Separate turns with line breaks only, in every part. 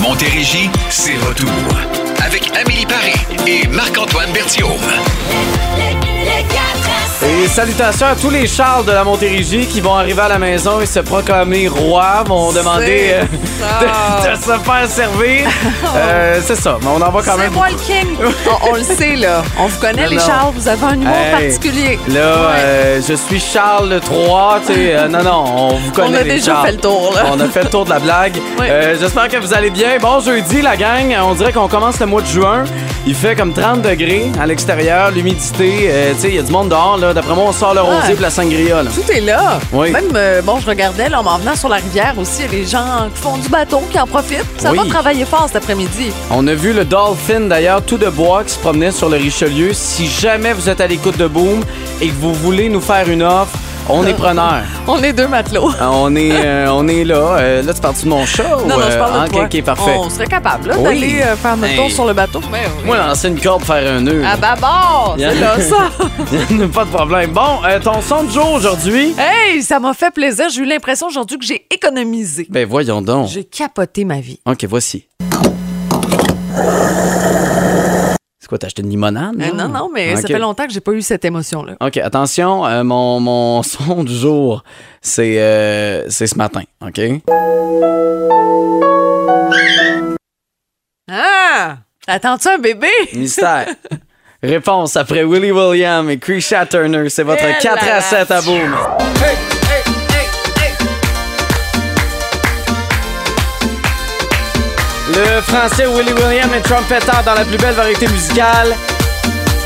Montérégie, c'est retour. Avec Amélie Paris et Marc-Antoine Berthiaume.
Et salutations à tous les Charles de la Montérégie qui vont arriver à la maison et se proclamer rois, vont demander euh,
Ah.
de, de se faire servir. Euh, c'est ça, mais on en va quand
Oh. C'est
même.
moi le king! on, on le sait, là. On vous connaît,
Non,
les
non.
Charles. Vous avez un humour
Hey,
particulier.
Là, euh, je suis Charles III, tu sais, euh, non, non, on vous connaît
on a
les
déjà
Charles.
fait le tour, là.
On a fait le tour de la blague.
Oui.
Euh, J'espère que vous allez bien. Bon jeudi, la gang. On dirait qu'on commence le mois de juin. Il fait comme 30 degrés à l'extérieur, l'humidité. Euh, tu sais, il y a du monde dehors. là. D'après moi, on sort le rosier pour la sangria. Là.
Tout est là.
Oui.
Même, euh, bon, je regardais, là, en m'en venant sur la rivière aussi, il y a les gens qui font du bateau, qui en profitent. Ça
Oui.
va travailler fort cet après-midi.
On a vu le dolphin d'ailleurs tout de bois qui se promenait sur le Richelieu. Si jamais vous êtes à l'écoute de Boom et que vous voulez nous faire une offre, on est preneur.
On est deux matelots.
Ah. on est euh, on est là. Euh, là tu parles de mon chat ou,
non, non, je
euh,
parle de
ok,
toi.
ok, parfait.
On serait capable, là,
Oui.
d'aller euh, faire notre
Hey.
tour sur le bateau. Mais, oui.
Moi lancer une corde faire un nœud.
À bâbord!
Yeah.
C'est là, ça!
Pas de problème. Bon, euh, ton son de jour aujourd'hui.
hey, ça m'a fait plaisir. J'ai eu l'impression aujourd'hui que j'ai économisé.
Ben voyons donc.
J'ai capoté ma vie.
OK, voici. C'est quoi, t'as acheté une limonade?
Euh, non, non, mais ça
OK. Ah.
fait longtemps que j'ai pas eu cette émotion-là.
OK, attention, euh, mon, mon son du jour, c'est euh, c'est ce matin, OK?
Ah! Attends-tu un bébé?
Mystère. Réponse après Willie William et Krisha Turner, c'est votre
Eh
4
là
à
là.
7 à boum. Le français Willie William est trompetteur dans la plus belle variété musicale.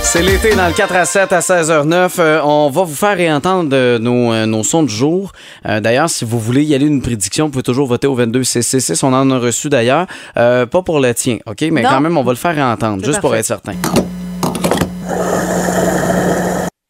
C'est l'été dans le 4 à 7 à 16h09. Euh, on va vous faire réentendre euh, nos, euh, nos sons du jour. Euh, d'ailleurs, si vous voulez y aller une prédiction, vous pouvez toujours voter au 22666. On en a reçu d'ailleurs. Euh, pas pour le tien, OK? Mais
Non.
quand même, on va le faire réentendre,
C'est
juste pour
parfait.
être certain.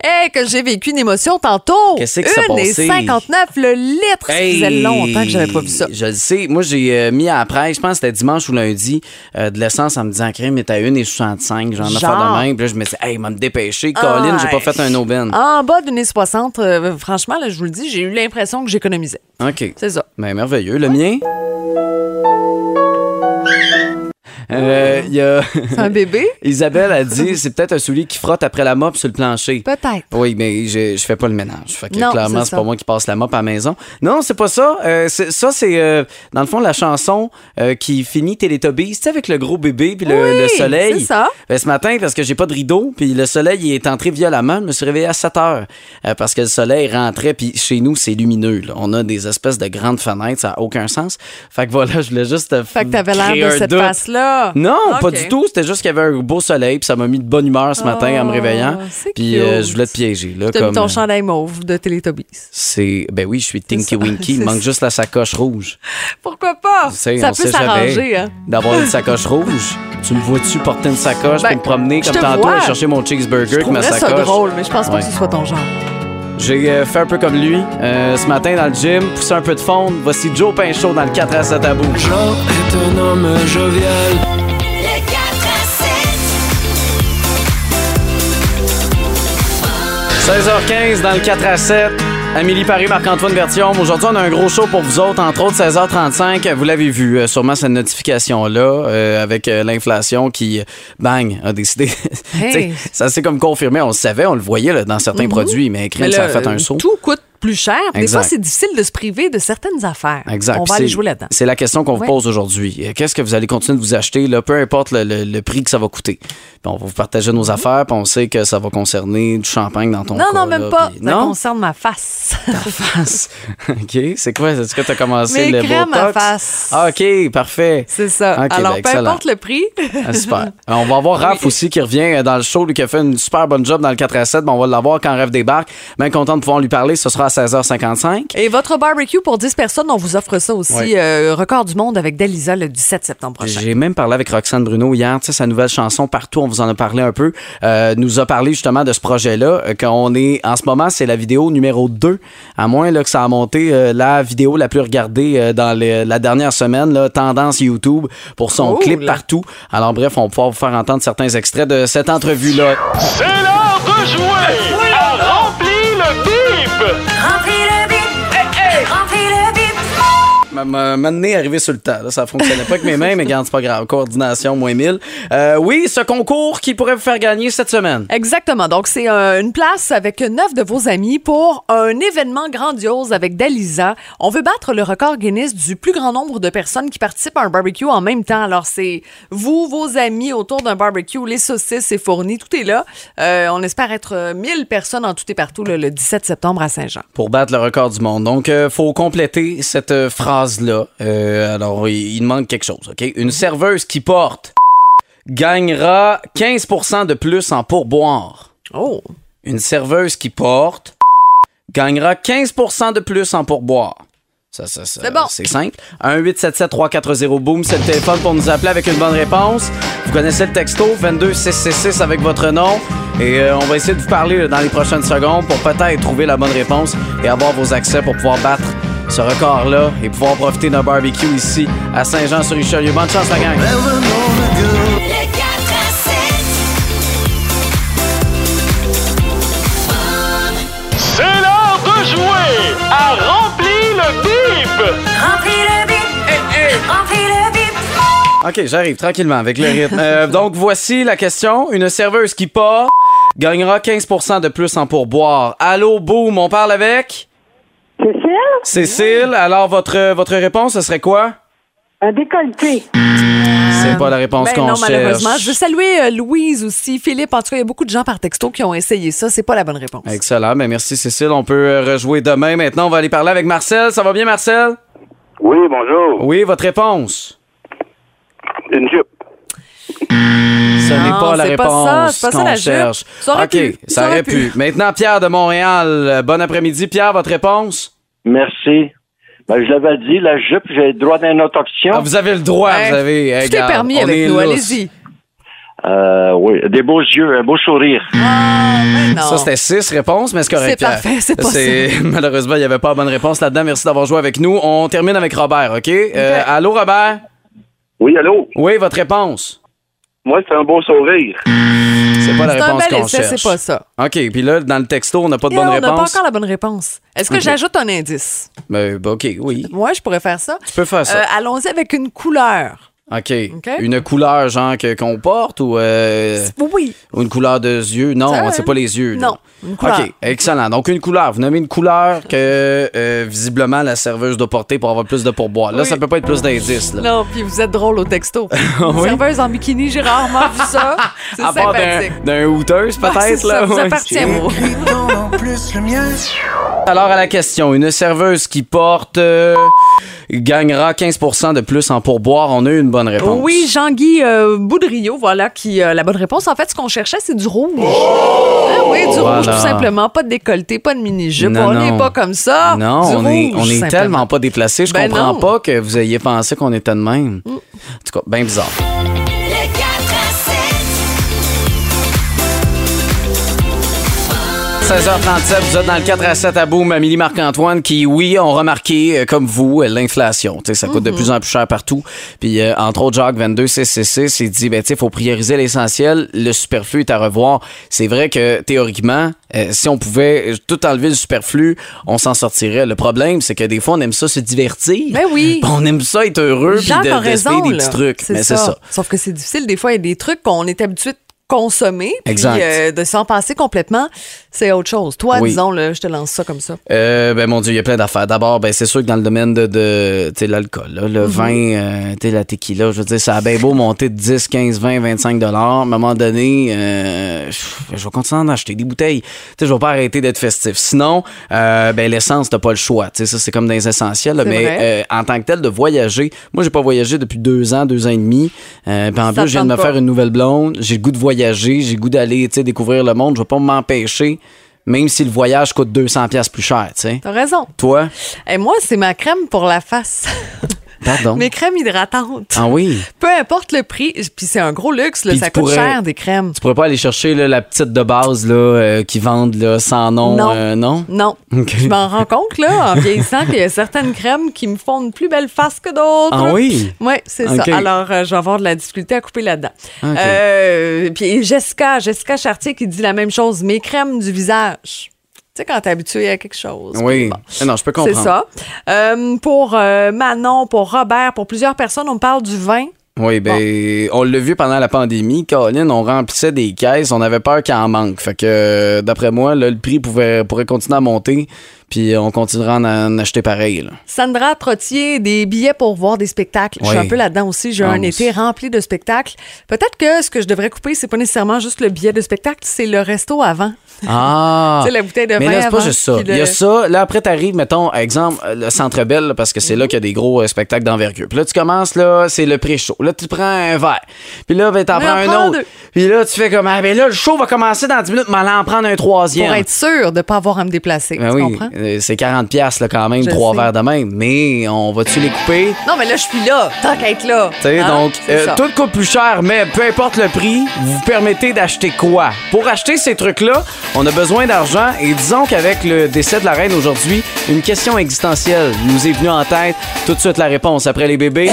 Hey, que j'ai vécu une émotion tantôt!
Qu'est-ce que ça
Une et
passait?
59 le litre! Ça faisait longtemps que j'avais pas vu ça.
Je le sais. Moi, j'ai euh, mis à la presse, je pense que c'était dimanche ou lundi, euh, de l'essence en me disant, crème, mais t'as une et 65, j'en ai fait
Genre.
de même. Puis là, je me disais, hey, il m'a me dépêcher.
Ah,
Colin, j'ai pas
ouais.
fait un aubaine.
En bas d'une 60, euh, franchement, là, je vous le dis, j'ai eu l'impression que j'économisais.
OK.
C'est ça.
Mais merveilleux. Le mien? Euh, Il y a.
C'est un bébé?
Isabelle a dit, c'est peut-être un soulier qui frotte après la mop sur le plancher.
Peut-être.
Oui, mais je, je fais pas le ménage. Fait que
Non,
clairement,
c'est
c'est
ça.
pas moi qui passe la mop à la maison. Non, c'est pas ça. Euh, c'est- ça, c'est euh, dans le fond la chanson euh, qui finit Télétobies. Tu sais, avec le gros bébé puis le,
Oui,
le soleil.
c'est ça.
Ben, ce matin, parce que j'ai pas de rideau, puis le soleil il est entré violemment, je me suis réveillé à 7 heures. euh, parce que le soleil rentrait, puis chez nous, c'est lumineux. là. On a des espèces de grandes fenêtres, ça n'a aucun sens. Fait que voilà, je voulais juste. euh,
Fait que t'avais
créer
l'air de
un
cette
doute.
face-là.
Non, pas
Ah, Ok.
du tout. C'était juste qu'il y avait un beau soleil, puis ça m'a mis de bonne humeur ce matin en me
Oh,
réveillant.
c'est
Puis euh,
cute.
je voulais te piéger. Là,
T'as
comme, euh,
mis ton chandail mauve de Teletubbies.
c'est ben oui, je suis Tinky
ça.
Winky, il
C'est
manque
ça.
juste la sacoche rouge.
Pourquoi pas?
Tu sais,
ça
on sait
peut
jamais
s'arranger, hein?
D'avoir une sacoche rouge, tu me vois-tu porter une sacoche
Ben,
pour me promener
je
comme
te
tantôt
vois.
et chercher mon cheeseburger
Je
avec ma
trouverais
sacoche.
ça drôle, mais je pense pas
Ouais.
que ce soit ton genre.
J'ai euh, fait un peu comme lui euh, ce matin dans le gym, poussé un peu de fond. Voici Joe Pinchot dans le 4 à 7 à bout. jovial. 16h15 dans le 4 à 7. Amélie Paris, Marc-Antoine Bertium. Aujourd'hui, on a un gros show pour vous autres, entre autres 16h35. Vous l'avez vu, euh, sûrement cette notification-là, euh, avec euh, l'inflation qui, euh, bang, a décidé.
Hey. Mm-hmm.
T'sais, ça s'est comme confirmé, on le savait, on le voyait là, dans certains produits, mais crime,
Mais
ça a
là,
fait un
euh,
saut.
Tout coûte plus cher. Des
Exact.
fois, c'est difficile de se priver de certaines affaires.
Exact.
On
Puis
va aller
c'est-
jouer là-dedans.
C'est la question qu'on vous
Ouais.
pose aujourd'hui. Euh, Qu'est-ce que vous allez continuer de vous acheter, là, peu importe le, le- le prix que ça va coûter? Puis on va vous partager nos affaires, puis on sait que ça va concerner du champagne dans ton
Mm-hmm. Non,
cas,
non, même
là,
pas.
puis-
Ça
Non?
concerne ma face.
face. OK. C'est quoi? Est-ce que tu as commencé
Mes
le
crèmes à
Botox?
face.
Ah, OK, parfait.
C'est ça.
OK,
Alors,
ben,
peu
excellent.
importe le prix.
Ah, Super. Euh, On va avoir Raph aussi qui revient euh, dans le show, lui qui a fait une super bonne job dans le 4 à 7. Ben, on va l'avoir quand Rêve débarque. Bien content de pouvoir lui parler. Ce sera à 16h55.
Et votre barbecue pour 10 personnes, on vous offre ça aussi.
Ouais.
euh, record du monde avec Delisa le 17 septembre prochain.
J'ai même parlé avec Roxane Bruno hier, tu sais, sa nouvelle chanson Partout, on vous en a parlé un peu, euh, nous a parlé justement de ce projet-là, euh, qu'on est, en ce moment, c'est la vidéo numéro 2, à moins là, que ça a monté euh, la vidéo la plus regardée euh, dans les- la dernière semaine, là, tendance YouTube, pour son
Cool.
clip Partout. Alors bref, on va pouvoir vous faire entendre certains extraits de cette entrevue-là.
C'est l'heure de jouer à Remplis le bip
Remplis le bip, remplis le bip,
M'amener arrivé sur le tas. Là, ça fonctionnait pas avec mes mains, mais garde, c'est pas grave. Coordination, moins 1000. Euh, oui, ce concours qui pourrait vous faire gagner cette semaine.
Exactement. Donc, c'est euh, une place avec neuf de vos amis pour un événement grandiose avec Dalisa. On veut battre le record Guinness du plus grand nombre de personnes qui participent à un barbecue en même temps. Alors, c'est vous, vos amis autour d'un barbecue, les saucisses, c'est fourni, tout est là. Euh, on espère être euh, 1000 personnes en tout et partout là, le 17 septembre à Saint-Jean.
Pour battre le record du monde. Donc, euh, faut compléter cette euh, phrase-là. Euh, alors, il, il manque quelque chose, OK? Une serveuse qui porte gagnera 15 de plus en pourboire.
Oh!
Une serveuse qui porte gagnera 15 de plus en pourboire. Ça, ça, ça,
C'est bon.
C'est simple. 1-877-340-BOOM, c'est le téléphone pour nous appeler avec une bonne réponse. Vous connaissez le texto, 22666 avec votre nom. Et euh, on va essayer de vous parler là, dans les prochaines secondes pour peut-être trouver la bonne réponse et avoir vos accès pour pouvoir battre ce record-là et pouvoir profiter d'un barbecue ici à Saint-Jean-sur-Richelieu. Bonne chance, la gang!
Le 4 à 7.
C'est l'heure de jouer à Remplis le bip!
Remplis le bip. Remplis le bip.
OK, j'arrive tranquillement avec le rythme. Euh, donc, voici la question. Une serveuse qui part gagnera 15 de plus en pourboire. Allô, boum, on parle avec? Cécile? Cécile, alors votre, votre réponse, ce serait quoi?
Un décolleté.
C'est pas la réponse
Ben
qu'on
non,
cherche.
malheureusement. Je veux saluer euh, Louise aussi, Philippe. En tout cas, il y a beaucoup de gens par texto qui ont essayé ça. C'est pas la bonne réponse.
Excellent, mais merci Cécile. On peut euh, rejouer demain. Maintenant, on va aller parler avec Marcel. Ça va bien, Marcel?
Oui, bonjour.
Oui, votre réponse.
Une jupe.
Ce n'est
Non,
pas la
c'est pas
réponse
ça, c'est pas ça,
qu'on
la jupe.
cherche.
Ça aurait
OK,
pu,
ça, aurait pu.
pu.
Maintenant, Pierre de Montréal. Euh, Bon après-midi, Pierre, votre réponse?
Merci. Ben, je l'avais dit, la jupe, j'ai le droit d'une autoption.
Ah, vous avez le droit,
Hey,
vous avez. hey,
Tout est
regarde,
permis
on est
avec nous.
lousse.
Allez-y.
Euh, oui, des beaux yeux, un beau sourire.
Ah, ben non.
Ça, c'était six réponses, mais c'est correct.
C'est
Pierre.
parfait, c'est pas
Malheureusement, il n'y avait pas la bonne réponse là-dedans. Merci d'avoir joué avec nous. On termine avec Robert, OK? Euh, allô, Robert?
Oui, allô?
Oui, votre réponse?
Moi, c'est un beau sourire.
C'est pas la
C'est un
réponse
bel
qu'on
essai,
cherche.
c'est pas ça.
OK, puis là, dans le texto, on n'a pas de
Et
bonne
on n'a pas
réponse.
encore la bonne réponse. Est-ce que
Ok.
j'ajoute un indice?
Ben, ben, OK, oui.
Moi, je pourrais faire ça.
Tu peux faire ça.
Euh, Allons-y avec une couleur.
OK. Une couleur, genre, que- qu'on porte ou. euh,
Oui.
ou une couleur de yeux. Non,
Ça,
c'est
hein?
pas les yeux.
Non, une couleur.
OK, excellent. Donc, une couleur. Vous nommez une couleur que, euh, visiblement, la serveuse doit porter pour avoir plus de pourboire. Là,
Oui.
ça peut pas être plus d'indices. là.
Non, puis vous êtes drôle au texto. Une
Oui.
Serveuse en bikini, j'ai rarement vu ça. C'est
À part d'un
sympathique.
d'un hooteuse,
Ouais, c'est
peut-être.
ça,
là.
vous
Ouais.
appartient à vous.
Alors, à la question, une serveuse qui porte euh, gagnera 15 de plus en pourboire. On a eu une bonne réponse.
Oui, Jean-Guy euh, Boudriau, voilà, qui a la bonne réponse. En fait, ce qu'on cherchait, c'est du rouge. Ah oui, du
Oh! Voilà.
rouge, tout simplement. Pas de décolleté, pas de mini-jupe.
Non,
On
non.
n'est pas comme ça.
Non,
Du
on est,
rouge,
on est
simplement.
tellement pas déplacé. Je
Ben
comprends
non. Mm.
pas que vous ayez pensé qu'on était de même. En tout cas, bien bizarre.
Le 4 à 7.
16h37, vous êtes dans le 4 à 7 à Boom, Amélie Marc-Antoine, qui, oui, ont remarqué, euh, comme vous, euh, l'inflation. Tu sais, Ça coûte
Mhm.
de plus en plus cher partout. Puis, euh, entre autres, Jacques 22666, il dit, ben, tu sais, faut prioriser l'essentiel, le superflu est à revoir. C'est vrai que, théoriquement, euh, si on pouvait euh, tout enlever le superflu, on s'en sortirait. Le problème, c'est que des fois, on aime ça se divertir.
Ben oui.
Puis on aime ça être heureux, puis
Jacques
de, de
a
se payer
raison,
des
là.
petits trucs. Mais c'est ça.
Sauf que c'est difficile. Des fois, il y a des trucs qu'on est habitué de consommer, puis
Exact.
euh, de s'en passer complètement, c'est autre chose. Toi,
Oui.
disons, là, je te lance ça comme ça.
Euh, ben mon Dieu, il y a plein d'affaires. D'abord, ben c'est sûr que dans le domaine de, de tu sais, l'alcool, là,
Mhm.
le vin, euh, tu sais, la tequila, je veux dire, ça a bien beau monter de 10, 15, 20, 25 dollars. À un moment donné, euh, je vais continuer d'en acheter des bouteilles. Tu sais, je vais pas arrêter d'être festif. Sinon, euh, ben l'essence, t'as pas le choix. Tu sais, ça, c'est comme des essentiels. là,
C'est
mais
vrai.
euh, en tant que tel, de voyager, moi, j'ai pas voyagé depuis deux ans, deux ans et demi. Euh, puis en
Ça
plus, je viens de
te
me
tente
faire
pas.
une nouvelle blonde. J'ai le goût de voyager, j'ai le goût d'aller, tu sais, découvrir le monde. Je vais pas m'empêcher. Même si le voyage coûte 200 pièces plus cher, tu sais.
T'as raison.
Toi,
Et moi, c'est ma crème pour la face.
pardon.
Mes crèmes hydratantes.
Ah oui,
Peu importe le prix, puis c'est un gros luxe, là,
Puis
ça
tu
coûte
pourrais-
cher des crèmes.
tu pourrais pas aller chercher là, la petite de base là, euh, qui vendent là, sans nom,
Non.
euh, non?
Non.
Ok.
Je m'en rends compte, là, en vieillissant, qu'il y a certaines crèmes qui me font une plus belle face que d'autres.
Ah oui?
Oui, c'est
Ok.
ça. Alors, euh, je vais avoir de la difficulté à couper là-dedans.
Ok.
Euh, puis Jessica, Jessica Chartier qui dit la même chose. Mes crèmes du visage. sais, quand t'es habitué à quelque chose.
Oui.
Bon.
Eh Non, je peux
C'est
comprendre.
ça. Euh, pour euh, Manon, pour Robert, pour plusieurs personnes, on parle du vin.
Oui, ben, on l'a vu pendant la pandémie. Colin, on remplissait des caisses, on avait peur qu'il en manque. Fait que, euh, d'après moi, là, le prix pouvait, pourrait continuer à monter, puis on continuera à en, en acheter pareil. là.
Sandra Trottier, des billets pour voir des spectacles. Je suis
Oui.
un peu là-dedans aussi. J'ai
Ah,
un
moi
été
aussi.
rempli de spectacles. Peut-être que ce que je devrais couper, c'est pas nécessairement juste le billet de spectacle, c'est le resto avant.
Ah!
Tu sais, la bouteille de
Mais
vin
là, c'est pas
avant,
juste ça.
puis le-
Il y a ça. Là, après, t'arrives, mettons, exemple, euh, le Centre Belle, là, parce que
Mhm.
c'est là qu'il y a des gros euh, spectacles d'envergure. Puis là, tu commences, là, c'est le pré-show. Là, tu prends un verre. Puis là, ben, t'en
Mais
prends
en
un
prends
autre.
deux.
Puis là, tu fais comme, ah, ben là, le show va commencer dans 10 minutes, mais aller en prendre un troisième.
Pour être sûr de pas avoir à me déplacer.
Ben
tu
oui,
comprends?
euh, c'est 40 pièces là quand même,
Je
trois
sais.
verres de même, mais on va-tu les couper?
Non, mais là, je suis là. Tant qu'à être là.
Tu sais,
Hein?
donc,
C'est
euh,
ça.
tout coûte plus cher, mais peu importe le prix, vous vous permettez d'acheter quoi? Pour acheter ces trucs-là, on a besoin d'argent et disons qu'avec le décès de la reine aujourd'hui, une question existentielle nous est venue en tête. Tout de suite la réponse après les bébés.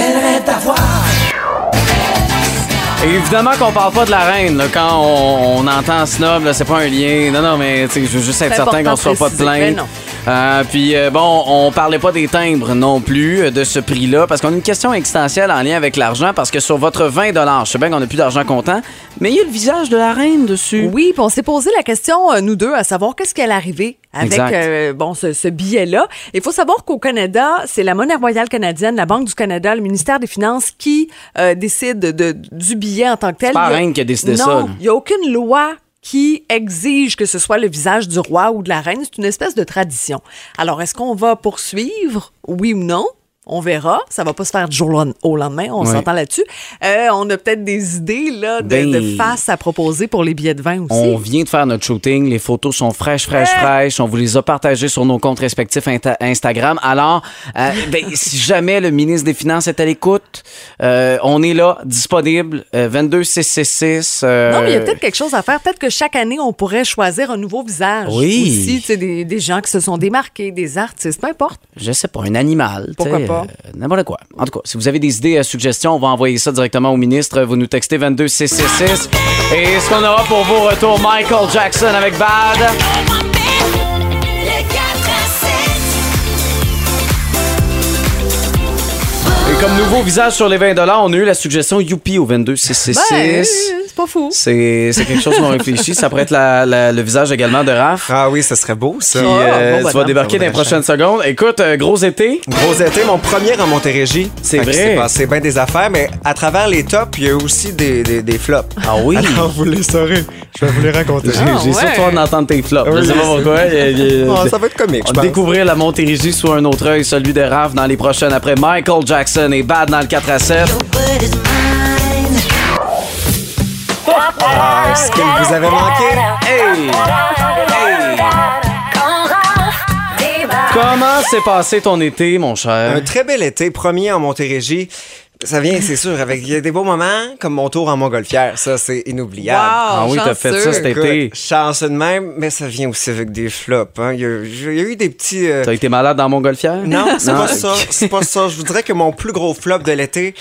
Et Évidemment qu'on parle pas de la reine là, quand on, on entend snob, là, c'est pas un lien. Non, non, mais tu sais, je veux juste être
C'est
certain
important
qu'on se soit
de
pas de
préciser,
plainte.
mais non.
Euh, puis euh, bon, on parlait pas des timbres non plus euh, de ce prix-là parce qu'on a une question existentielle en lien avec l'argent parce que sur votre 20 je sais bien qu'on n'a plus d'argent comptant, mais il y a le visage de la reine dessus.
Oui, puis on s'est posé la question, euh, nous deux, à savoir qu'est-ce qui allait arriver avec
Exact.
euh, bon, ce, ce billet-là. Il faut savoir qu'au Canada, c'est la Monnaie royale canadienne, la Banque du Canada, le ministère des Finances qui euh, décide de, du billet en tant que tel.
pas la
Il y
reine qui a décidé
non,
ça, là.
Il n'y a aucune loi qui exige que ce soit le visage du roi ou de la reine. C'est une espèce de tradition. Alors, est-ce qu'on va poursuivre, oui ou non? On verra. Ça va pas se faire du jour au lend- au lendemain. On
Ouais.
s'entend là-dessus. Euh, on a peut-être des idées là, de,
Ben,
de face à proposer pour les billets de vin aussi.
On vient de faire notre shooting. Les photos sont fraîches, fraîches, fraîches. On vous les a partagées sur nos comptes respectifs Inta- Instagram. Alors, euh, ben, si jamais le ministre des Finances est à l'écoute, euh, on est là, disponible, euh, 22666. euh,
Non, mais il y a peut-être quelque chose à faire. Peut-être que chaque année, on pourrait choisir un nouveau visage.
Oui.
Aussi, tu sais, des, des gens qui se sont démarqués, des artistes, peu importe.
je sais pas, un animal. tu
Pourquoi
sais,
pas?
euh, N'importe quoi. En tout cas, si vous avez des idées, euh, suggestions, on va envoyer ça directement au ministre. Vous nous textez 22666. Et ce qu'on aura pour vos retours, Michael Jackson avec Bad.
Le 4 à 7.
Et comme nouveau visage sur les 20 on a eu la suggestion Youpi au 22666.
Ben, c'est pas fou.
C'est c'est quelque chose qu'on réfléchit. Ça pourrait être la- la- le visage également de Raph.
Ah oui, ce serait beau, ça.
Puis,
Ah,
euh,
bon
tu vas
bonhomme.
débarquer dans les prochaines secondes. Écoute, euh, gros été.
Gros été, mon premier en Montérégie.
C'est
Fait que
vrai.
C'est passé bien des affaires, mais à travers les tops, il y a aussi des, des, des flops.
Ah oui?
Alors, vous les saurez. Je vais vous les raconter.
J'ai
Ah,
j'ai surtout hâte d'entendre tes flops. je
Oui,
sais pas
c'est-
pourquoi. Il- il-
Ah, ça va être comique, je pense.
Découvrir la Montérégie sous un autre œil, celui de Raph dans les prochaines après Michael Jackson et Bad dans le 4 à 7.
Ah, Est-ce que vous avez manqué?
Hey! Hey! Comment s'est passé ton été, mon cher?
Un très bel été, premier en Montérégie. Ça vient, c'est sûr, avec il y a des beaux moments, comme mon tour en Montgolfière. Ça, c'est inoubliable.
ah oui, t'as fait ça cet
Écoute,
été.
chanceux de même, mais ça vient aussi avec des flops. hein. Il, y a, il y a eu des petits... euh,
T'as été malade dans Montgolfière?
Non, c'est pas
Hein? ok.
ça. C'est pas ça. Je vous dirais que mon plus gros flop de l'été,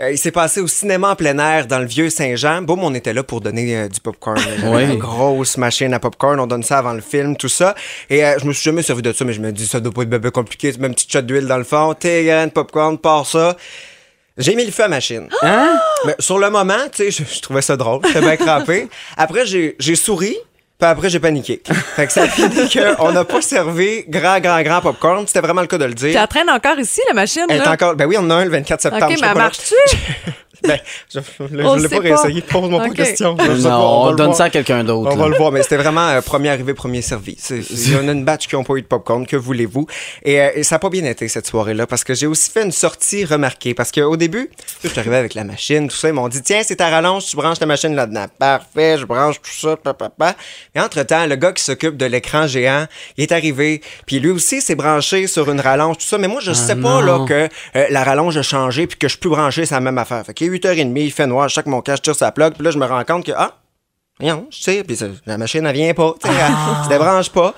euh, il s'est passé au cinéma en plein air dans le vieux Saint-Jean. Boum, on était là pour donner euh, du popcorn.
Oui.
corn Une grosse machine à popcorn. On donne ça avant le film, tout ça. Et euh, je me suis jamais servi de ça, mais je me dis, ça doit pas être bébé compliqué. Tu mets une petite shot d'huile dans le fond. T'es grain de popcorn, pars ça. J'ai mis le feu à la machine.
Hein?
Mais sur le moment, tu sais, je, je trouvais ça drôle. J'étais bien crampé. Après, j'ai j'ai souri. Puis après, j'ai paniqué. Fait que ça finit qu'on n'a pas servi grand, grand, grand popcorn. C'était vraiment le cas de le
Tu
dire.
la traînes encore ici, la machine?
Elle est
là?
encore. Ben oui, on en a un le 24 septembre.
OK,
je
mais
sais
elle
pas là.
marche-tu?
Ben, je ne
On sait
voulais pas
pas.
réessayer. Pose-moi pas
OK.
question. Je sais pas,
Non,
va
on
le
donne
voir.
ça à quelqu'un d'autre.
On
là.
va le voir, mais c'était vraiment euh, premier arrivé, premier servi. C'est- Il y en a une batch qui n'ont pas eu de popcorn, que voulez-vous? Et, euh, et ça n'a pas bien été cette soirée-là, parce que j'ai aussi fait une sortie remarquée. Parce qu'au début, je suis arrivé avec la machine, tout ça. Ils m'ont dit, tiens, c'est ta rallonge, tu branches ta machine là-dedans. Parfait, je branche tout ça, papa. Mais entre-temps, le gars qui s'occupe de l'écran géant, il est arrivé. Puis lui aussi s'est branché sur une rallonge, tout ça. Mais moi, je sais pas là, que euh, la rallonge a changé, puis que je suis plus branché, c'est la même affaire. Fait qu'il est 8h30, il fait noir, chaque mon cas, je tire sa plug, puis là, je me rends compte que, ah, non, je sais, puis ça- la machine, elle vient pas. tu sais, Elle se débranche pas.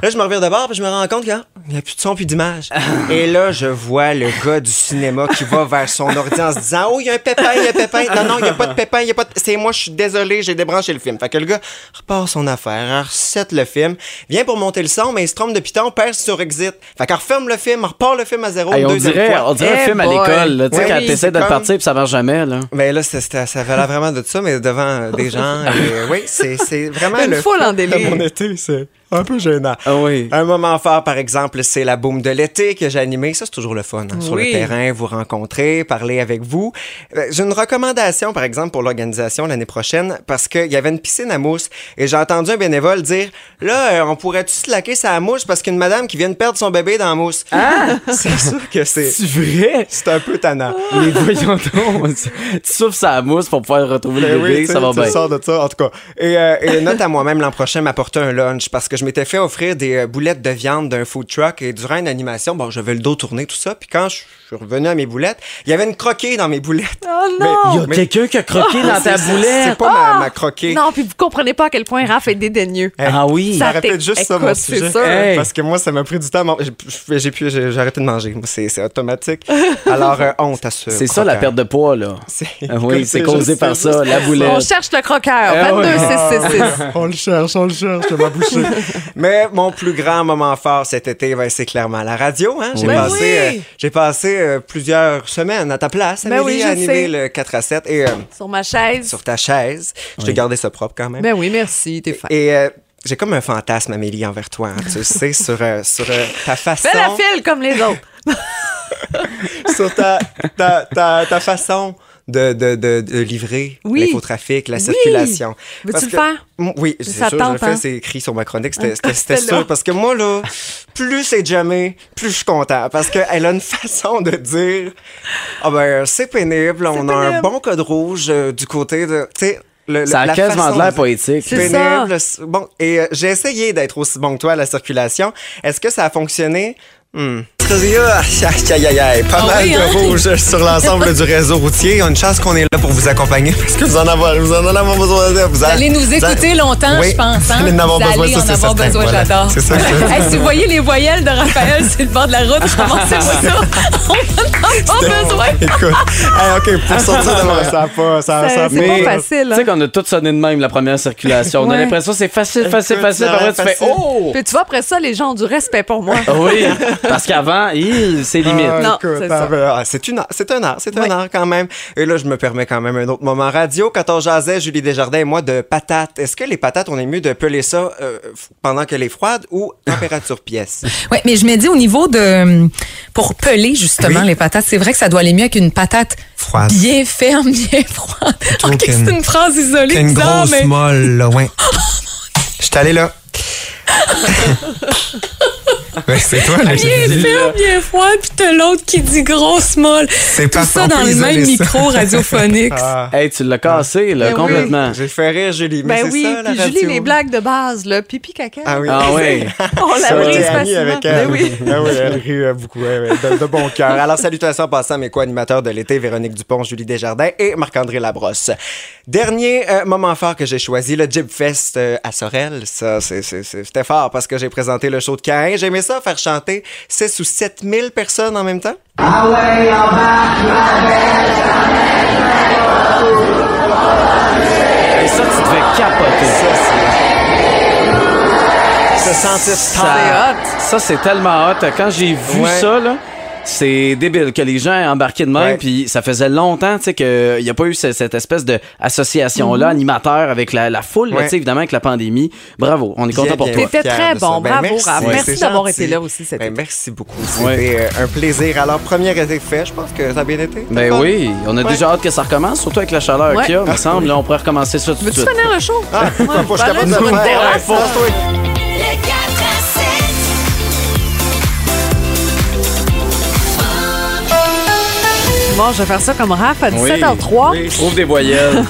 Là, je me reviens de bord, puis je me rends compte que ah, Il n'y a plus de son, plus d'image. Et là, je vois le gars du cinéma qui va vers son ordi en se disant Oh, il y a un pépin, il y a un pépin. Non, non, il n'y a pas de pépin, il y a pas de. C'est moi, je suis désolé, j'ai débranché le film. Fait que le gars repart son affaire, reset le film, vient pour monter le son, mais il se trompe de piton, perd sur exit. Fait qu'il referme le film, reparт le film à zéro.
Hey, on
deuxième
dirait,
fois.
on dirait un
Eh
film à
boy.
l'école. là, Tu sais,
Oui,
quand
c'est
t'essaies de
comme-
partir puis ça marche jamais. Là.
Mais Ben là, c'était- c'était- ça valait vraiment de ça, mais devant euh, des gens. euh, oui, c'est c'est vraiment
Une
le
foule en
fou de
délire.
mon été, c'est un peu gênant.
Ah oui.
Un moment fort, par exemple, c'est la boum de l'été que j'ai animée. Ça, c'est toujours le fun. hein. Sur le
Oui.
terrain, vous rencontrer, parler avec vous. Euh, J'ai une recommandation, par exemple, pour l'organisation l'année prochaine, parce qu'il y avait une piscine à mousse et j'ai entendu un bénévole dire Là, euh, on pourrait-tu se laquer sa mousse parce qu'une madame qui vient de perdre son bébé dans la mousse.
Ah!
C'est sûr que c'est.
C'est vrai?
C'est un peu tannant.
Mais voyons donc. tu souffles sa mousse pour pouvoir retrouver
Ben
le
oui,
bébé,
tu sais,
ça va
tu
bien.
sors de ça, en tout cas. Et, euh, et note à moi-même l'an prochain m'apporter un lunch parce que je m'étais fait offrir des euh, boulettes de viande d'un food truck et durant une animation, bon, j'avais le dos tourné, tout ça. Puis quand je suis revenu à mes boulettes, il y avait une croquée dans mes boulettes.
Oh
Mais-
non! Ah!
Il y a
Ah, Mais-
quelqu'un qui a croqué dans ta
C'est- C'est
boulette.
pas ma, ma croquée.
Non, puis vous comprenez pas à quel point Raph est dédaigneux.
Hey,
Ah oui.
Ça
Ça
répète
t'éc-
juste ça, mon
écoute, c'est
sujet. Eh,
sûr.
Hey.
Parce que moi, ça m'a pris du temps. à m'en- J'ai j'ai pu- j'ai- j'ai arrêté de manger. Moi, C'est c'est automatique. Alors, euh, honte à ce
C'est ça la
croquant.
perte de poids, là.
C'est-
Ah oui, c'est
c'est
causé
juste-
par
c'est
ça, la
On
boulette.
cherche le croqueur.
Eh
22
oui.
666.
On le cherche, on le cherche, je vais boucher. Mais mon plus grand moment fort cet été, ben, c'est clairement la radio. Hein? J'ai
Oui.
passé,
Ben Oui.
euh, j'ai passé euh, plusieurs semaines à ta place,
Ben
Amélie,
oui, je
à
le
animer
sais.
le 4 à 7 et euh,
Sur ma chaise.
sur ta chaise. Je t'ai gardé ça propre quand même.
Ben oui, merci, t'es fan.
Et euh, j'ai comme un fantasme, Amélie, envers toi. hein, tu le sais, sur, euh, sur euh, ta façon...
Fais la file comme les autres.
sur ta, ta, ta, ta façon de, de, de, de livrer
Oui.
l'infotrafic, la
Oui.
circulation.
Veux-tu
Parce
le
que-
faire?
Mm, Oui, c'est
Ça
sûr, je le
tente, hein? Ah,
fais, c'est écrit sur ma chronique, c'était- c'était c'était
c'était là.
sûr. Parce que moi, là, plus c'est jamais, plus je suis content. Parce qu'elle a une façon de dire Ah ben, c'est pénible, on a un
pénible.
bon code rouge euh, du côté de. Tu sais, le-
Ça
le-
a
la
quasiment
façon
de l'air
de-
poétique.
C'est ça.
pénible. c- Bon, et euh, j'ai essayé d'être aussi bon que toi à la circulation. Est-ce que ça a fonctionné? Hmm. Aïe, aïe, aïe, aïe. Pas
Ah
mal
oui, hein?
de rouge sur l'ensemble du réseau routier. Une chance qu'on est là pour vous accompagner parce que vous en avez, vous en avez besoin. Vous,
allez nous écouter longtemps,
Oui,
je pense. hein?
vous allez en avoir
Vous
besoin,
allez
ça,
en
c'est
avoir
certain.
besoin,
Voilà.
j'adore.
C'est ça, je-
Hey, si vous voyez les voyelles de Raphaël sur le bord de la route, commencez pas ça. On en a pas besoin.
Écoute, Hey, OK, pour sortir de moi, ça a pas... Ça, a-
C'est-
ça a
c'est
pas-
pas facile,
Tu
hein.
sais qu'on a tout sonné de même la première circulation. On a
Ouais.
l'impression que c'est facile, facile,
Écoute,
facile.
ça
Après,
a
tu
l'air
fais
facile.
Oh!
Puis tu vois, après ça, les gens ont du respect pour moi.
Oui, parce qu'avant, il, c'est limite.
Ah,
Non,
écoute,
c'est
ah,
ça.
ben, ah, c'est une heure, c'est un art, c'est
Oui.
un art quand même. Et là, je me permets quand même un autre moment radio. Quand on jasait, Julie Desjardins et moi, de patates. Est-ce que les patates, on est mieux de peler ça euh, f- pendant qu'elle est froide ou température pièce?
Oui, mais je me dis au niveau de. hum, Pour peler, justement,
Oui.
les patates, c'est vrai que ça doit aller mieux qu'une patate
Froide.
bien ferme, bien froide.
Plutôt
Ok,
qu'une-
c'est une phrase isolée, bizarre, mais.
molle, là, ouais.
Oh,
Je suis allé là. ouais, c'est toi, là,
Bien ferme, bien froide, puis t'as l'autre qui dit grosse molle.
C'est
Tout ça dans le même micro radiophonique.
Ah,
Hey, tu l'as cassé, là,
Ben oui.
complètement.
J'ai fait rire, Julie, mais
Ben
c'est
oui,
ça, la
puis Julie,
radio.
les blagues de base, là, pipi caca.
Ah oui.
Ah oui.
On la
Ça,
Elle
brise
est
brise
amie
facilement.
avec
Ben
elle.
oui.
Ah oui, elle rit euh, beaucoup ouais, ouais, de, de bon cœur. Alors, salutations en passant à mes co-animateurs de l'été, Véronique Dupont, Julie Desjardins et Marc-André Labrosse. Dernier euh, moment fort que j'ai choisi, le Jib Fest euh, à Sorel. Ça, c'est- c'est- c'est- c'était fort parce que j'ai présenté le show de Cain. J'aimais ça, faire chanter 6 ou 7 000 personnes en même temps.
Et ça, tu devais capoter.
Ça, c'est- Se sentir star.
Ça, ça, c'est tellement hot. Quand j'ai vu
Ouais.
ça, là. C'est débile que les gens aient embarqué de même,
Ouais.
puis ça faisait longtemps, tu sais, qu'il n'y a pas eu ce- cette espèce de association là animateur avec la, la foule, là,
Mm-hmm. Ouais.
tu sais, évidemment, avec la pandémie. Bravo, on est
Bien,
content pour
bien,
toi.
T'étais
fier
très
de
bon.
ça.
Bravo, Raph.
ouais,
Merci
c'est
d'avoir
gentil.
été là aussi cet
Ben,
été.
Merci beaucoup.
Ouais.
C'était euh, un plaisir. Alors, premier effet, je pense que ça a bien été.
Ben
T'as
oui,
pas-
on a
Ouais.
déjà hâte que ça recommence, surtout avec la chaleur
Ouais.
qu'il y a, me semble. Là, on pourrait recommencer ça tout de
Veux-tu
suite.
finir le show?
Ah,
Ouais, ben
pas, pas, je suis
voilà,
capable de
sur
le
une
faire.
terrasse.
Ouais, force-toi.
le 4 à 7.
Bon, je vais faire ça comme Raph à
Oui.
17h03.
Oui, trouve des voyelles.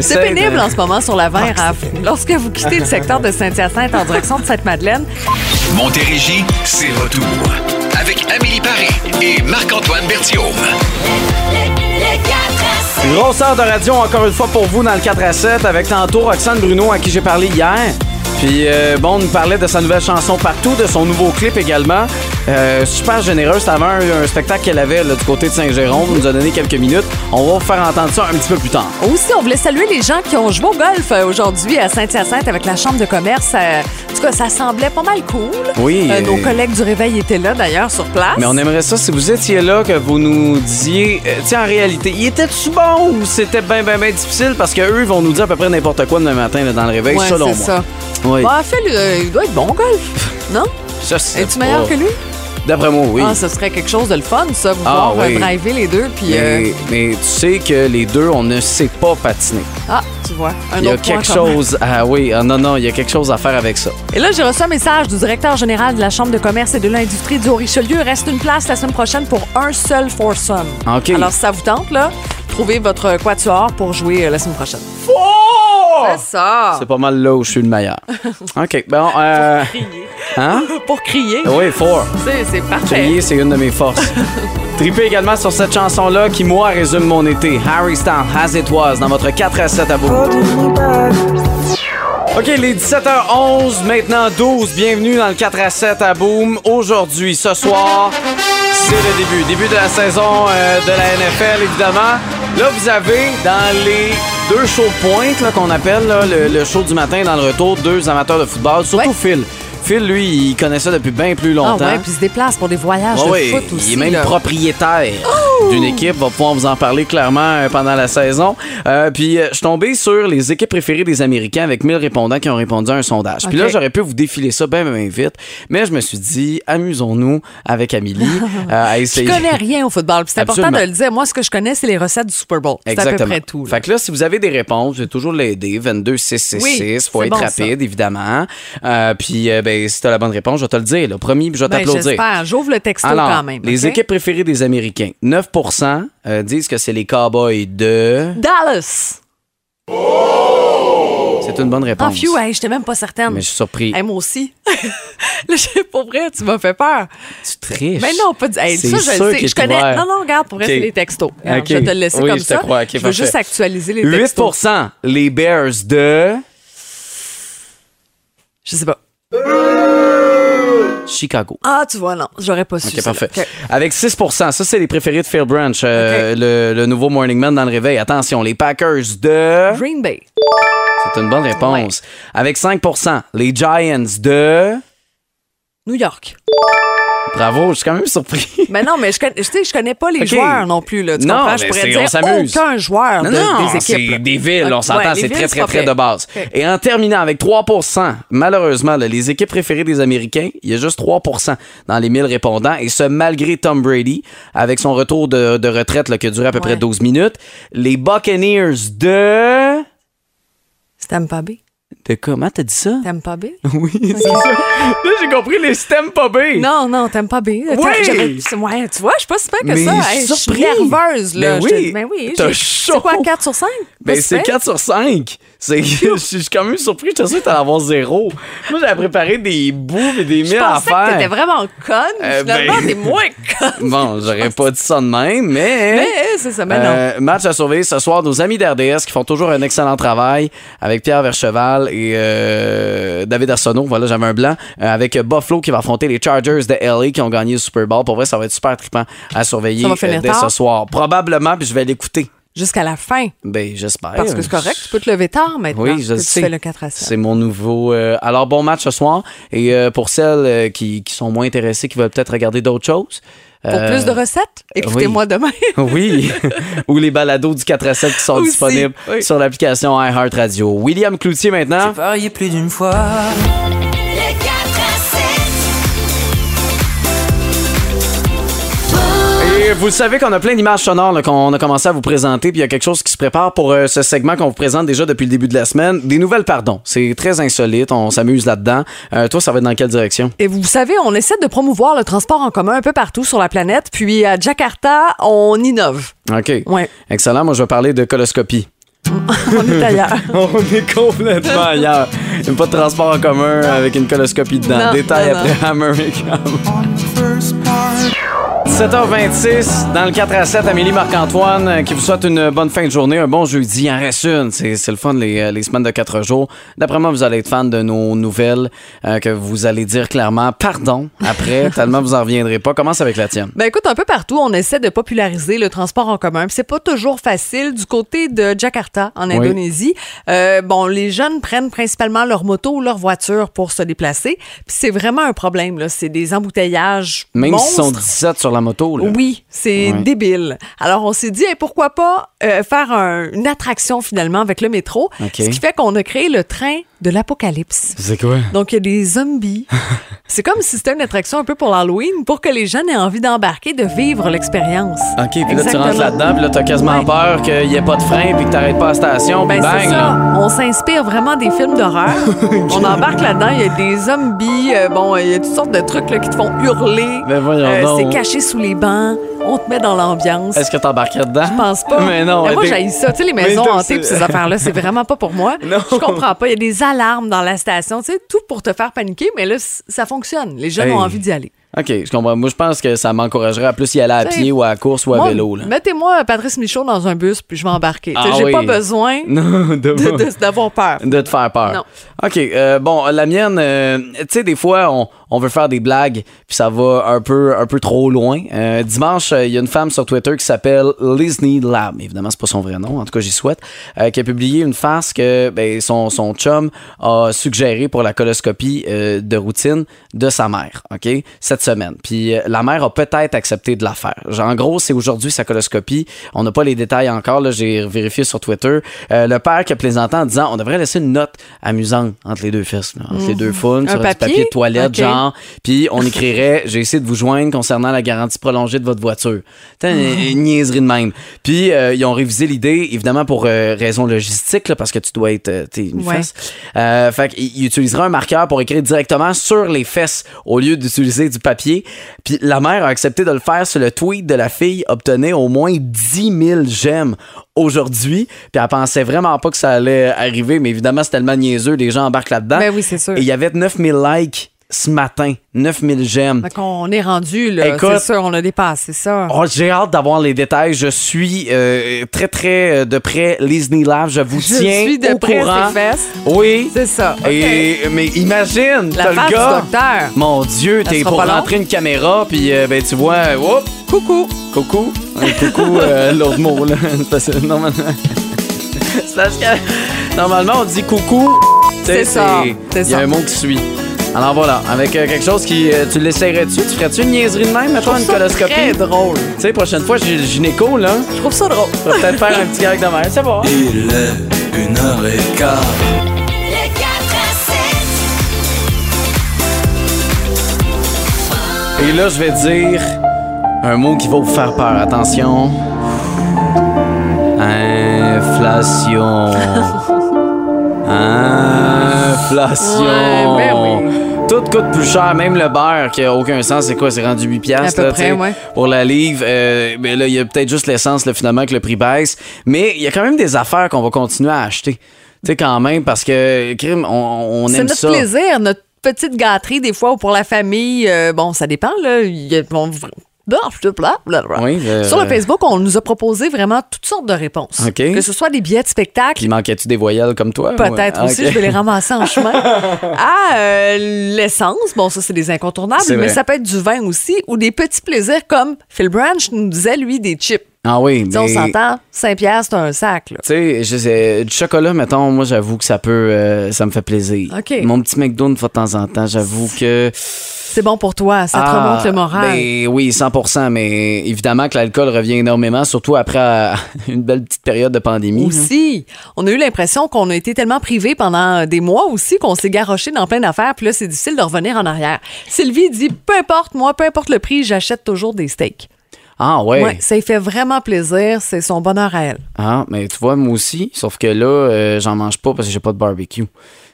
C'est
Ben,
pénible en ce moment
Ah,
sur la 20, Raph. Lorsque vous quittez le secteur de Saint-Hyacinthe en direction de Sainte-Madeleine,
Montérégie, c'est retour. Avec Amélie Paris et Marc-Antoine Bertiom.
Le 4 à 7.
Grosse heure de radio encore une fois pour vous dans le 4 à 7 avec tantôt Roxane Bruno à qui j'ai parlé hier. Puis, euh, bon, on nous parlait de sa nouvelle chanson partout, de son nouveau clip également. Euh, super généreuse. Avant un, un spectacle qu'elle avait là, du côté de Saint-Jérôme, nous a donné quelques minutes. On va vous faire entendre ça un petit peu plus tard.
Aussi, on voulait saluer les gens qui ont joué au golf euh, aujourd'hui à Saint-Hyacinthe avec la Chambre de commerce. Euh, En tout cas, ça semblait pas mal cool.
Oui,
Euh,
euh,
nos collègues du Réveil étaient là, d'ailleurs, sur place.
Mais on aimerait ça si vous étiez là, que vous nous disiez, euh, tiens, en réalité, il était-tu bon ou c'était bien, bien, bien difficile? Parce que eux, ils vont nous dire à peu près n'importe quoi demain matin là, dans le réveil,
Ouais,
selon moi.
c'est ça.
Oui.
Bah, Phil, euh, il doit être bon, golf. Non?
Ça, c'est
Es-tu meilleur
pas-
que lui?
D'après moi, oui.
Ah, ce serait quelque chose de le fun, ça, vous
Ah,
voir euh,
oui.
driver les deux. Puis, euh,
mais, mais tu sais que les deux, on ne sait pas patiner.
ah, tu vois, un
Il y a
autre point
quelque
commun.
chose. Ah oui, ah non, non, il y a quelque chose à faire avec ça.
Et là, j'ai reçu un message du directeur général de la Chambre de commerce et de l'industrie du Haut-Richelieu. Reste une place la semaine prochaine pour un seul foursome.
OK.
Alors, si ça vous tente, là, trouvez votre quatuor pour jouer euh, la semaine prochaine. C'est ça!
C'est pas mal là où je suis le meilleur. OK, bon. Euh, hein?
Pour crier.
Oui, four.
C'est c'est parfait.
Crier, c'est une de mes forces. Tripez également sur cette chanson-là qui, moi, résume mon été. Harry Styles, As It Was, dans votre 4 à 7 à vous. OK, les 17h11, maintenant 12. Bienvenue dans le 4 à 7 à Boom. Aujourd'hui, ce soir, c'est le début. Début de la saison euh, de la NFL, évidemment. Là, vous avez dans les deux shows de pointe là, qu'on appelle là, le, le show du matin dans le retour, deux amateurs de football, surtout
Ouais.
Phil. Phil, lui, il connaît ça depuis bien plus
Ah
longtemps.
ouais, puis il se déplace pour des voyages
Ah
de
oui,
foot
il
aussi.
est même
là. Oh!
propriétaire d'une équipe, va pouvoir vous en parler clairement euh, pendant la saison. Euh, puis euh, je suis tombé sur les équipes préférées des Américains avec 1000 répondants qui ont répondu à un sondage. Puis
Ok.
là, j'aurais pu vous défiler ça bien, bien vite, mais je me suis dit, amusons-nous avec Amélie euh, à
Je
essayer.
connais rien au football. puis C'est important
Absolument.
de le dire. Moi, ce que je connais, c'est les recettes du Super Bowl. C'est à peu
Exactement.
près tout. là.
Fait que là, si vous avez des réponses, vous pouvez toujours l'aider. 22 666
Oui,
faut
c'est
être
bon,
rapide, évidemment. Euh, puis, euh, ben, si t'as la bonne réponse, je vais te le dire. Le premier, puis je vais
Ben,
t'applaudir.
J'espère. J'ouvre le texto
Alors,
quand même.
les
ok?
équipes préférées des Américains, 9 euh, disent que c'est les Cowboys de.
Dallas.
C'est une bonne réponse.
En few, hey, j'étais même pas certaine.
Mais je suis surpris.
Hey, moi aussi. là, je- pour vrai, tu m'as fait peur.
tu triches.
Mais non, pas du. hey,
C'est
ça, je
sûr
le sais.
qu'il
Je
est
connais.
ouvert.
Non, non, regarde, pour vrai,
Ok.
c'est les textos. Regarde,
Ok.
Je vais te le laisser
Oui,
comme
je te
ça.
crois. Ok,
je veux
parfait.
juste actualiser les
8
textos.
les Bears de
Je sais pas.
Chicago.
Ah, tu vois, non, j'aurais pas su.
OK,
celle-là.
parfait.
Ok.
Avec 6 ça, c'est les préférés de Phil Branch, euh, le, le nouveau Morning Man dans le réveil. Attention, les Packers de.
Green Bay.
C'est une bonne réponse. Avec 5 les Giants de.
New York.
Bravo, je suis quand même surpris.
Mais non, mais je connais, tu sais, je connais pas les
Ok.
joueurs non plus. Là, tu
Non,
comprends? Je
mais
pourrais
c'est-
dire
on s'amuse.
aucun joueur
Non,
de-
non,
des équipes.
c'est
là.
Ah, des villes, on
Ok,
s'entend,
ouais, les
c'est très,
villes,
très,
pas
très
pire.
de base.
Ok.
Et en terminant avec 3 malheureusement, là, les équipes préférées des Américains, il y a juste 3 dans les 1000 répondants, et ce, malgré Tom Brady, avec son retour de, de retraite là, qui a duré à peu près
Ouais.
12 minutes. Les Buccaneers de...
Tampa Bay.
De comment t'as dit ça?
Tampa Bay?
Oui, c'est ça. Là, j'ai compris les stems pas B.
Non, non, t'aimes pas bien.
Oui!
Ouais, tu vois, je suis pas si bien que
Mais
ça.
je suis
Hey, je suis
surpris.
nerveuse, là.
Ben
Je te-
oui,
Ben oui.
t'as
j'ai-
chaud.
C'est quoi, 4 sur 5?
Ben, c'est 4 sur 5. C'est, je suis quand même surpris, je suis sûr que t'en avoir zéro. Moi, j'avais préparé des bouts et des
Je
mille à
pensais
faire.
que t'étais vraiment conne.
Euh,
Finalement,
ben-
t'es moins conne.
Bon, j'aurais pas dit ça de même, mais.
Mais, eh, c'est ça, mais non.
Euh, match à surveiller ce soir, nos amis d'RDS qui font toujours un excellent travail avec Pierre Vercheval et euh, David Arsenault. Voilà, j'avais un blanc. Euh, avec Buffalo qui va affronter les Chargers de LA qui ont gagné le Super Bowl. Pour vrai, ça va être super trippant à surveiller
Ça va finir
euh, dès
tard.
ce soir. Probablement, puis je vais l'écouter.
Jusqu'à la fin.
Ben, j'espère.
Parce que c'est correct, tu peux te lever tard maintenant.
Oui, je
que
le sais.
Tu fais le 4 à 7.
C'est mon nouveau. euh, alors, bon match ce soir. Et euh, pour celles euh, qui, qui sont moins intéressées, qui veulent peut-être regarder d'autres choses.
Pour plus de
euh,
recettes, écoutez-moi demain.
Oui, ou les balados du 4 à 7 qui sont
Aussi,
disponibles
oui.
sur l'application iHeartRadio. William Cloutier maintenant.
le 4 à
Et vous le savez qu'on a plein d'images sonores là, qu'on a commencé à vous présenter, puis il y a quelque chose qui se prépare pour euh, ce segment qu'on vous présente déjà depuis le début de la semaine. Des nouvelles pardons. C'est très insolite, on s'amuse là-dedans. Euh, toi, ça va être dans quelle direction?
Et vous savez, on essaie de promouvoir le transport en commun un peu partout sur la planète. Puis à Jakarta, on innove.
OK.
Ouais.
Excellent, moi je vais parler de coloscopie.
On est ailleurs.
On est complètement ailleurs. Il n'y a pas de transport en commun avec une coloscopie dedans.
Non,
Détail
non, non.
après Hammer et Cam. 7h26 dans le 4 à 7, Amélie Marc-Antoine euh, qui vous souhaite une bonne fin de journée, un bon jeudi. Il en reste une. C'est c'est le fun, les, euh, les semaines de 4 jours. D'après moi, vous allez être fan de nos nouvelles euh, que vous allez dire clairement pardon après, tellement vous en reviendrez pas. Commence avec la tienne.
Ben écoute, un peu partout, on essaie de populariser le transport en commun. Puis c'est pas toujours facile du côté de Jakarta, en
Oui.
Indonésie. euh, bon, les jeunes prennent principalement leur moto ou leur voiture pour se déplacer. Puis c'est vraiment un problème. Là, c'est des embouteillages
Même
monstres.
s'ils sont 17 sur la moto, là.
Oui, c'est
Ouais.
débile. Alors, on s'est dit, hey, pourquoi pas euh, faire un- une attraction finalement avec le métro,
Ok.
ce qui fait qu'on a créé le train de l'apocalypse.
C'est quoi?
Donc, il y a des zombies. c'est comme si c'était une attraction un peu pour l'Halloween, pour que les jeunes aient envie d'embarquer, de vivre l'expérience.
OK, puis là, tu
Exactement.
rentres là-dedans, puis là, t'as quasiment
Ouais.
peur qu'il n'y ait pas de frein, puis que t'arrêtes pas à la station, puis
Ben,
bang,
c'est ça.
là.
On s'inspire vraiment des films d'horreur. On embarque là-dedans. Il y a des zombies. euh, bon, il y a toutes sortes de trucs là, qui te font hurler.
Ben, voyons donc.
Euh, c'est caché sous les bancs. On te met dans l'ambiance.
Est-ce que t'embarquerais dedans?
Je pense pas. Ben,
Mais non.
moi,
t'es-
j'ai ça. Tu sais, les maisons
toi,
hantées
c'est-
pis ces affaires-là, c'est vraiment pas pour moi.
Non.
Je comprends pas. Il y a des alarmes dans la station. Tu sais, tout pour te faire paniquer, mais là, c- ça fonctionne. Les jeunes
Hey.
ont envie d'y aller.
OK, je comprends. Moi, je pense que ça m'encouragerait à plus y aller à
T'sais,
pied ou à la course ou à
Moi,
vélo. Là.
Mettez-moi Patrice Michaud dans un bus, puis je vais embarquer. Tu sais,
Ah
J'ai pas
oui.
besoin
Non, de,
de- de- d'avoir peur.
de te faire peur.
Non.
OK, euh, bon, la mienne, euh, tu sais, des fois, on, on veut faire des blagues, puis ça va un peu, un peu trop loin. Euh, dimanche, euh, il y a une femme sur Twitter qui s'appelle Lizney Lab. Évidemment, c'est pas son vrai nom, en tout cas, j'y souhaite, euh, qui a publié une farce que ben, son, son chum a suggéré pour la coloscopie euh, de routine de sa mère, OK, cette semaine. Puis euh, la mère a peut-être accepté de la faire. Genre, En gros, c'est aujourd'hui sa coloscopie. On n'a pas les détails encore, là, j'ai vérifié sur Twitter. Euh, le père qui a plaisanté en disant on devrait laisser une note amusante entre les deux fesses, là, entre les deux foules, sur
Mhm. papier?
du papier de toilette,
OK.
genre. Puis on écrirait j'ai essayé de vous joindre concernant la garantie prolongée de votre voiture. T'as une,
Ah.
une niaiserie de même. Puis euh, ils ont révisé l'idée, évidemment, pour euh, raison logistique, là, parce que tu dois être euh, t'es une
Ouais.
fesse. Euh, fait qu'il il utilisera un marqueur pour écrire directement sur les fesses au lieu d'utiliser du papier. Puis la mère a accepté de le faire sur le tweet de la fille obtenait au moins 10 000 j'aime aujourd'hui. Puis elle pensait vraiment pas que ça allait arriver, mais évidemment, c'est tellement niaiseux, les gens embarquent là-dedans.
Ben oui, c'est sûr.
Et il y avait 9000 likes ce matin, 9000 j'aime.
Fait qu'on est rendu, là.
Écoute-
C'est sûr, on a dépassé ça.
Oh, j'ai hâte d'avoir les détails. Je suis euh, très, très euh, de près Disney Lab. Je vous
Je
tiens
suis de
au
près
courant.
ses fesses.
Oui.
C'est ça.
Et, mais imagine,
La
t'as
face
le
du
gars.
docteur.
Mon Dieu,
Ça
t'es
sera
pour
pas long.
rentrer une caméra, puis euh, ben, tu vois, euh, hop, coucou. Coucou. Euh, coucou, euh, l'autre mot, là. C'est parce que normalement. c'est parce que normalement, on dit coucou. Tu sais,
C'est ça, c'est
Il y a
ça.
un mot qui suit. Alors voilà, avec euh, quelque chose qui. euh, tu l'essayerais-tu? Tu ferais-tu une niaiserie de même, mettons, une coloscopie?
très drôle.
Tu sais, prochaine fois, j'ai le gynéco, là.
Je trouve ça drôle.
Je vais peut-être faire un petit gag de merde, ça va.
Il est une heure et quart.
Le 4 à 7.
Et là, je vais dire un mot qui va vous faire peur. Attention. Inflation. Inflation.
Ouais, ben oui.
Tout coûte plus cher, même le beurre qui a aucun sens. C'est quoi? C'est rendu 8 piastres.
À peu
là, tu sais,
près, ouais.
Pour la livre, euh, ben là, il y a peut-être juste l'essence là, finalement que le prix baisse. Mais il y a quand même des affaires qu'on va continuer à acheter. Tu sais, quand même, parce que, crime, on, on
C'est
aime
notre
ça.
plaisir, notre petite gâterie, des fois, ou pour la famille. euh, bon, ça dépend, là. Il y a- on- blablabla.
Oui, euh,
Sur le Facebook, on nous a proposé vraiment toutes sortes de réponses.
OK.
Que ce soit des billets de spectacle,
Puis manquais-tu des voyelles comme toi?
peut-être
Ouais.
aussi,
Ok.
je vais les ramasser en chemin, à euh, l'essence, bon, ça, c'est des incontournables,
C'est
mais
vrai.
ça peut être du vin aussi, ou des petits plaisirs comme Phil Branch nous disait, lui, des chips.
Ah oui,
Si on
mais-
s'entend, 5 piastres, t'as un sac, là.
Tu sais, je sais, du chocolat, mettons, moi, j'avoue que ça peut, euh, ça me fait plaisir.
OK.
Mon petit McDo une fois de temps en temps, j'avoue que.
C'est bon pour toi, ça te
Ah,
remonte le moral.
ben oui, 100 mais évidemment que l'alcool revient énormément, surtout après euh, une belle petite période de pandémie.
Aussi, on a eu l'impression qu'on a été tellement privés pendant des mois aussi qu'on s'est garoché dans plein d'affaires, puis là, c'est difficile de revenir en arrière. Sylvie dit Peu importe, moi, peu importe le prix, j'achète toujours des steaks.
Ah ouais.
Ouais, ça lui fait vraiment plaisir, c'est son bonheur à elle.
Ah, mais tu vois, moi aussi, sauf que là, euh, j'en mange pas parce que j'ai pas de barbecue.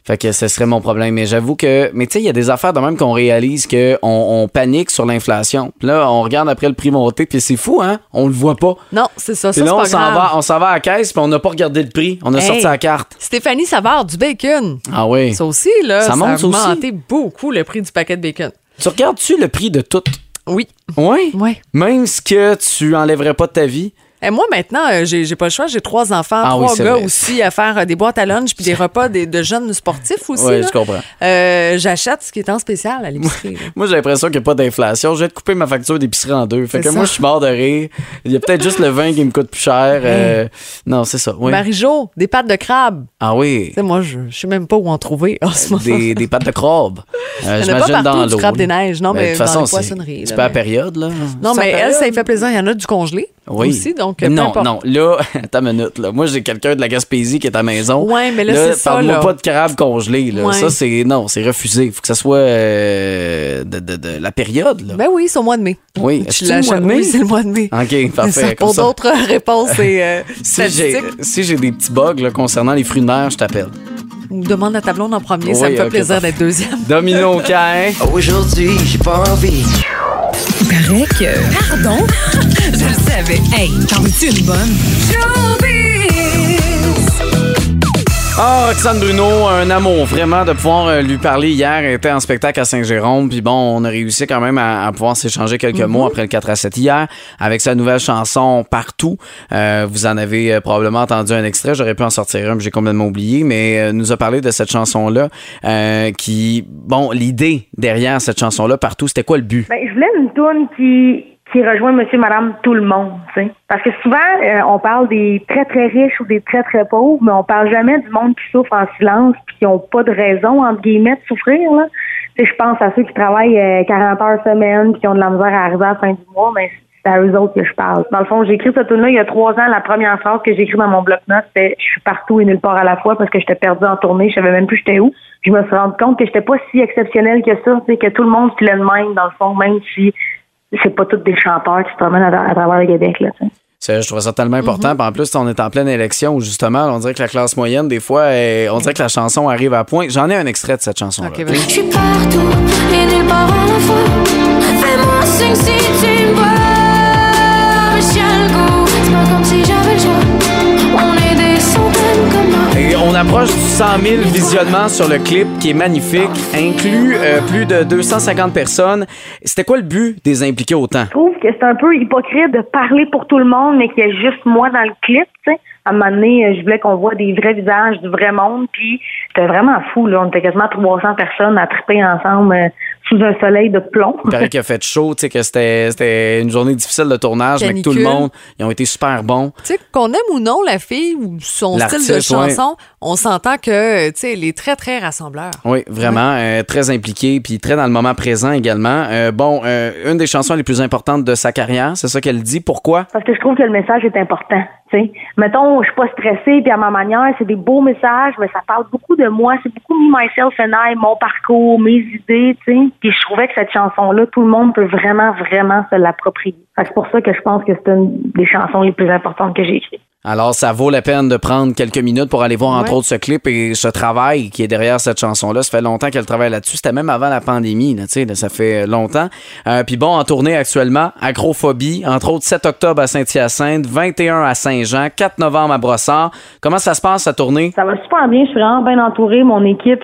Fait que ce serait mon problème. Mais j'avoue que. Mais tu sais, il y a des affaires de même qu'on réalise qu'on on panique sur l'inflation. Puis là, on regarde après le prix monter, puis c'est fou, hein? On le voit pas.
Non, c'est ça,
Puis
ça, c'est
là, on
pas
s'en
grave.
va, on s'en va à la caisse, puis on n'a pas regardé le prix. On a
Hey.
sorti la carte.
Stéphanie Savard du bacon.
Ah oui.
Ça aussi, là,
Ça
ça,
monte, ça
a
aussi.
augmenté beaucoup le prix du paquet de bacon.
Tu regardes-tu le prix de tout?
Oui.
Oui?
Ouais.
Même ce que tu enlèverais pas de ta vie.
Et moi, maintenant, euh, j'ai j'ai pas le choix. J'ai trois enfants,
Ah oui,
trois
c'est
gars
vrai.
aussi à faire euh, des boîtes à lunch puis des repas des- de jeunes sportifs aussi.
Ouais,
là.
je comprends.
Euh, J'achète ce qui est en spécial à l'épicerie. là.
Moi, j'ai l'impression qu'il n'y a pas d'inflation. Je vais te couper ma facture d'épicerie en deux. Fait
C'est
que
ça.
moi, je suis mort de rire. Il y a peut-être juste le vin qui me coûte plus cher. Euh, Non, c'est ça. Oui.
Marie-Jo, des pâtes de crabe.
Ah oui.
Tu sais, moi, je, je sais même pas où en trouver en ce moment.
Des, des pâtes de crabe. Euh,
Il y en a pas
J'imagine
partout
dans
du
l'eau.
crabe
là.
des neiges. Non,
Ben, de
mais
toute
dans les
façon, c'est-
poissonneries,
C'est
là,
pas à
mais-
période, là.
Non,
C'est à
mais elle,
période.
ça lui fait plaisir. Il y en a du congelé
Oui.
aussi, donc peu
non,
importe.
non, là, attends une minute. Là. Moi, j'ai quelqu'un de la Gaspésie qui est à la maison.
Ouais, mais là, c'est ça,
Parle-moi
là.
pas de crabe congelé. Là.
Ouais.
Ça, c'est. Non, c'est refusé. faut que ça soit euh, de, de- de la période. Là.
Ben oui, c'est au mois de mai.
Oui.
Tu
Est-ce que c'est le
l'achètes-
mois de mai?
Oui, c'est le mois de mai.
OK, parfait.
Ça,
comme
pour
ça.
d'autres réponses et euh,
Si j'ai,
statistiques,
si j'ai des petits bugs là, concernant les fruits de mer, je t'appelle.
demande à ta blonde en premier. ça
Oui,
me fait
ok,
plaisir
parfait.
d'être deuxième.
Domino Cain.
Aujourd'hui, j'ai pas envie.
paraît que. euh, Pardon? Je le savais. Hey, t'en veux-tu une bonne?
Ah, Roxane Bruno, un amour vraiment de pouvoir euh, lui parler hier. Elle était en spectacle à Saint-Jérôme. Puis bon, on a réussi quand même à, à pouvoir s'échanger quelques mots après le 4 à 7 hier avec sa nouvelle chanson Partout. Euh, vous en avez euh, probablement entendu un extrait. J'aurais pu en sortir un, mais j'ai complètement oublié. Mais euh, nous a parlé de cette chanson-là euh, qui, bon, l'idée derrière cette chanson-là, Partout, c'était quoi le but?
Ben, je voulais une toune qui, qui rejoint monsieur, madame, tout le monde. tu sais. Parce que souvent, euh, on parle des très, très riches ou des très, très pauvres, mais on parle jamais du monde qui souffre en silence puis qui n'ont pas de raison, entre guillemets, de souffrir. Là. Tu sais, Je pense à ceux qui travaillent euh, 40 heures semaine puis qui ont de la misère à arriver à la fin du mois, mais c'est à eux autres que je parle. Dans le fond, j'ai écrit cette tune-là il y a trois ans. La première phrase que j'ai écrite dans mon bloc-notes, c'était « Je suis partout et nulle part à la fois » parce que j'étais perdue en tournée, je savais même plus j'étais où. Je me suis rendu compte que j'étais pas si exceptionnelle que ça, tu sais, que tout le monde filait le même, dans le fond, même si c'est pas tous des chanteurs qui se promènent à, à travers le Québec, là, tu sais.
Ça, je trouve ça tellement important. Puis En plus, on est en pleine élection où justement, on dirait que la classe moyenne, des fois, elle- on dirait que la chanson arrive à point. J'en ai un extrait de cette chanson-là.
Ok, ben, vas-y.
Je suis partout et nulle part à la fois. Fais-moi signe si tu me vois. Mais j'ai le goût. C'est pas comme si j'avais le choix. On est des centaines comme moi.
Et on approche du 100 000 visionnements sur le clip qui est magnifique, inclut euh, plus de 250 personnes. C'était quoi le but des impliqués autant?
Je trouve que c'est un peu hypocrite de parler pour tout le monde, mais qu'il y a juste moi dans le clip, tu sais. À un moment donné, euh, je voulais qu'on voit des vrais visages du vrai monde, puis c'était vraiment fou, là. On était quasiment 300 personnes à triper ensemble euh, sous un soleil de plomb.
Il paraît qu'il a fait chaud, tu sais, que c'était c'était une journée difficile de tournage, mais que tout le
Canicule.
monde, ils ont été super bons.
Tu sais, qu'on aime ou non la fille ou son style de
L'artiste, ouais.
chanson, on s'entend que, tu sais, elle est très, très rassembleur.
Oui, vraiment, euh, très impliqué, puis très dans le moment présent également. Euh, bon, euh, une des chansons les plus importantes de sa carrière, c'est ça qu'elle dit. Pourquoi?
parce que je trouve que le message est important. tu sais. Mettons, je suis pas stressée, puis à ma manière, c'est des beaux messages, mais ça parle beaucoup de moi. C'est beaucoup me, myself and I, mon parcours, mes idées. tu sais. Puis je trouvais que cette chanson-là, tout le monde peut vraiment, vraiment se l'approprier. Fait que C'est pour ça que je pense que c'est une des chansons les plus importantes que j'ai écrites.
Alors, ça vaut la peine de prendre quelques minutes pour aller voir, entre
Ouais.
autres, ce clip et ce travail qui est derrière cette chanson-là. Ça fait longtemps qu'elle travaille là-dessus. C'était même avant la pandémie, là, tu sais, là, ça fait longtemps. Euh, Puis bon, en tournée actuellement, Acrophobie, entre autres, 7 octobre à Saint-Hyacinthe, 21 à Saint-Jean, 4 novembre à Brossard. Comment ça se passe, sa tournée?
Ça va super bien. Je suis vraiment bien entourée. Mon équipe,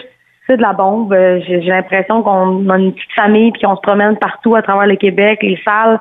c'est de la bombe. Euh, J'ai j'ai l'impression qu'on a une petite famille puis on se promène partout à travers le Québec. Les salles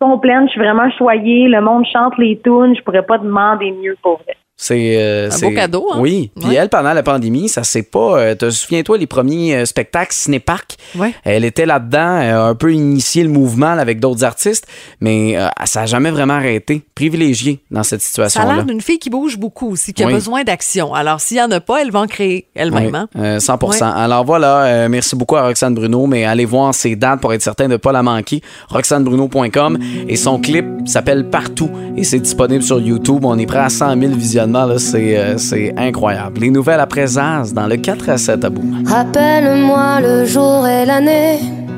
sont pleines. Je suis vraiment choyée. Le monde chante les tunes. Je pourrais pas demander mieux pour vrai.
C'est euh,
Un
c'est-
beau cadeau, hein?
Oui. Puis
Ouais.
elle, pendant la pandémie, ça s'est pas. euh, te souviens-toi, les premiers euh, spectacles Cinépark,
Ouais.
elle était là-dedans, elle a un peu initié le mouvement là, avec d'autres artistes, mais euh, ça n'a jamais vraiment arrêté. Privilégiée dans cette
Ça a l'air
situation-là.
d'une fille qui bouge beaucoup aussi, qui a
Oui.
besoin d'action. Alors, s'il n'y en a pas, elle va en créer elle-même.
Oui,
hein?
euh, 100
Ouais.
Alors voilà, euh, merci beaucoup à Roxane Bruno, mais allez voir ses dates pour être certain de ne pas la manquer. RoxaneBruno.com et son clip s'appelle Partout et c'est disponible sur YouTube. On est près à 100 000 visionnements, là, c'est, euh, c'est incroyable. Les nouvelles après Zaz dans le 4 à 7 à bout.
Rappelle-moi le jour et l'année